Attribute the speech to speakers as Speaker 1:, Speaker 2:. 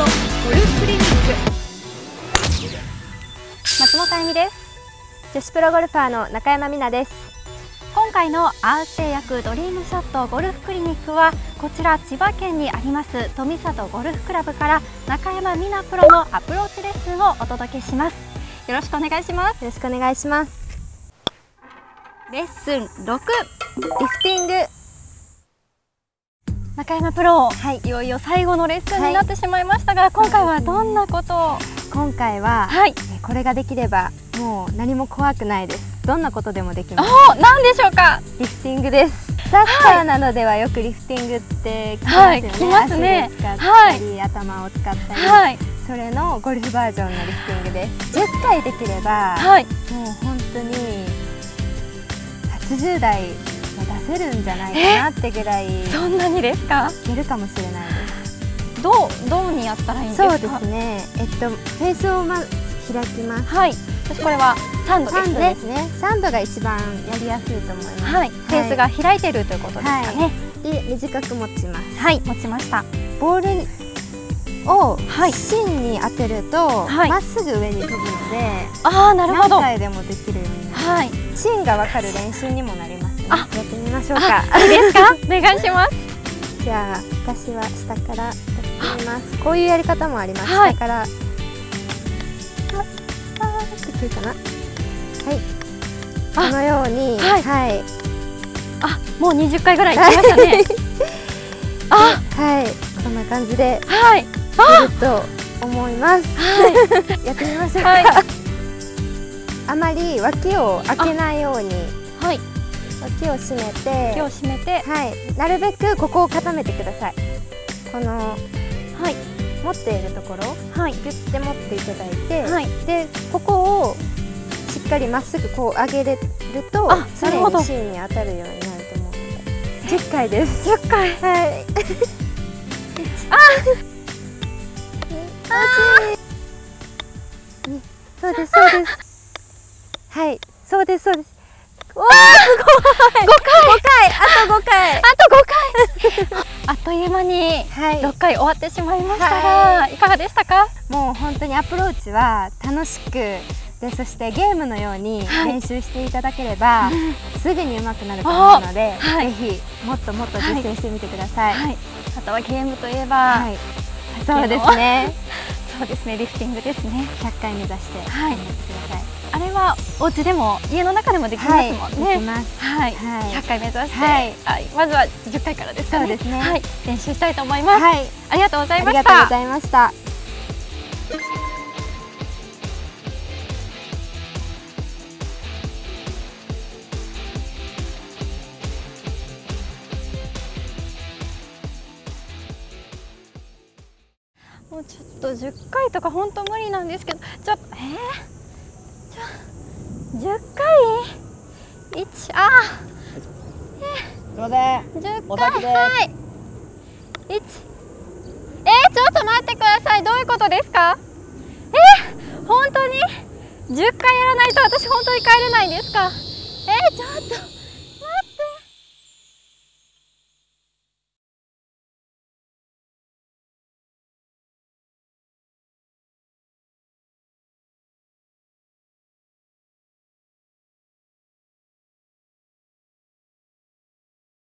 Speaker 1: クリニック松本あゆみです
Speaker 2: 女子プロゴルファーの中山美奈です
Speaker 1: 今回のアース製薬ドリームショットゴルフクリニックはこちら千葉県にあります富里ゴルフクラブから中山美奈プロのアプローチレッスンをお届けしますよろしくお願いします
Speaker 2: よろしくお願いします
Speaker 1: レッスン6
Speaker 2: リフティング
Speaker 1: 中山プロ、
Speaker 2: はい
Speaker 1: いよいよ最後のレッスンになってしまいましたが、今回はどんなことを
Speaker 2: 今回は、
Speaker 1: はい
Speaker 2: えこれができればもう何も怖くないですどんなことでもできます
Speaker 1: お何でしょうか
Speaker 2: リフティングですサッカーなどではよくリフティングって聞き
Speaker 1: はい
Speaker 2: ます
Speaker 1: 聞き
Speaker 2: よね、
Speaker 1: ますね
Speaker 2: 足で使ったり、頭を使ったり、
Speaker 1: はい
Speaker 2: それのゴルフバージョンのリフティングです10回できれば、
Speaker 1: はい
Speaker 2: もう本当に80代は出せるんじゃないかなってぐらいい
Speaker 1: そんなにですか
Speaker 2: けるかもしれないです
Speaker 1: どうどうにやったらいいんですか
Speaker 2: そうですね。えっとフェースをまず開きます。
Speaker 1: はい私これはサンドで
Speaker 2: サ
Speaker 1: す
Speaker 2: ンド
Speaker 1: ね
Speaker 2: ですね。サンドが一番やりやすいと思います。
Speaker 1: はいフェースが開いてるということですかねはい、
Speaker 2: で短く持ちます。
Speaker 1: 持ちました
Speaker 2: ボールを
Speaker 1: はい
Speaker 2: 芯に当てると
Speaker 1: はい
Speaker 2: まっすぐ上に飛ぶので、
Speaker 1: ああなるほど
Speaker 2: 何
Speaker 1: はい
Speaker 2: 回でもできるようになる。芯がわかる練習にもなりますね。
Speaker 1: あ
Speaker 2: やってみましょうか。
Speaker 1: あいいですか お願いします
Speaker 2: じゃあ私は下からやってみます。こういうやり方もあります。
Speaker 1: はい
Speaker 2: 下から。あ、あーってくるかな。はい。
Speaker 1: あ
Speaker 2: このように、
Speaker 1: はい
Speaker 2: はい、
Speaker 1: あもう20回ぐらい行きました ねあ
Speaker 2: はいこんな感じで
Speaker 1: はい
Speaker 2: やると思います。やってみましょう か。
Speaker 1: はい
Speaker 2: あまり脇を開けないように、
Speaker 1: はい
Speaker 2: 脇を閉め
Speaker 1: 手を
Speaker 2: て、
Speaker 1: 締めて
Speaker 2: はい、なるべくここを固めてください。この
Speaker 1: はい
Speaker 2: 持っているところ。
Speaker 1: はい
Speaker 2: ギュッて持っていただいて、
Speaker 1: はい
Speaker 2: でここをしっかりまっすぐこう上げれると
Speaker 1: あ
Speaker 2: 常
Speaker 1: なるほど
Speaker 2: に芯に当たるようになると思うので10回です10回はいあ惜しいにそうですそうです はいそうですそうですおーすごい5回5回あと5回
Speaker 1: あっという間に
Speaker 2: はい
Speaker 1: 6回終わってしまいましたが、、
Speaker 2: はい
Speaker 1: かがでしたか
Speaker 2: もう本当にアプローチは楽しくでそしてゲームのように
Speaker 1: はい
Speaker 2: 練習していただければ、すぐに上手くなると思うので、
Speaker 1: はい
Speaker 2: ぜひもっともっと実践してみてください。はい、
Speaker 1: はい、あとはゲームといえば、
Speaker 2: そうですね。
Speaker 1: そうですねリフティングですね
Speaker 2: 100回目指して
Speaker 1: はい
Speaker 2: 頑張ってください。
Speaker 1: あれはお家でも家の中でもできますもんね、
Speaker 2: できます。
Speaker 1: はい、
Speaker 2: はい
Speaker 1: 100回目指して、
Speaker 2: は
Speaker 1: はい
Speaker 2: い
Speaker 1: まずは10回からですかね
Speaker 2: そうですね
Speaker 1: はい、練習したいと思います、
Speaker 2: はい、
Speaker 1: ありがとうござ
Speaker 2: あ
Speaker 1: い
Speaker 2: り
Speaker 1: ま
Speaker 2: が
Speaker 1: し
Speaker 2: とうご
Speaker 1: た
Speaker 2: ざいました。
Speaker 1: もうちょっと10回とか本当無理なんですけどちょっとえー、ちょ10回1あ
Speaker 3: すいません
Speaker 1: ー10
Speaker 3: お
Speaker 1: 回
Speaker 3: 先です
Speaker 1: はい1えー、ちょっと待ってくださいどういうことですかえー、本当に10回やらないと私本当に帰れないんですかえー、ちょっと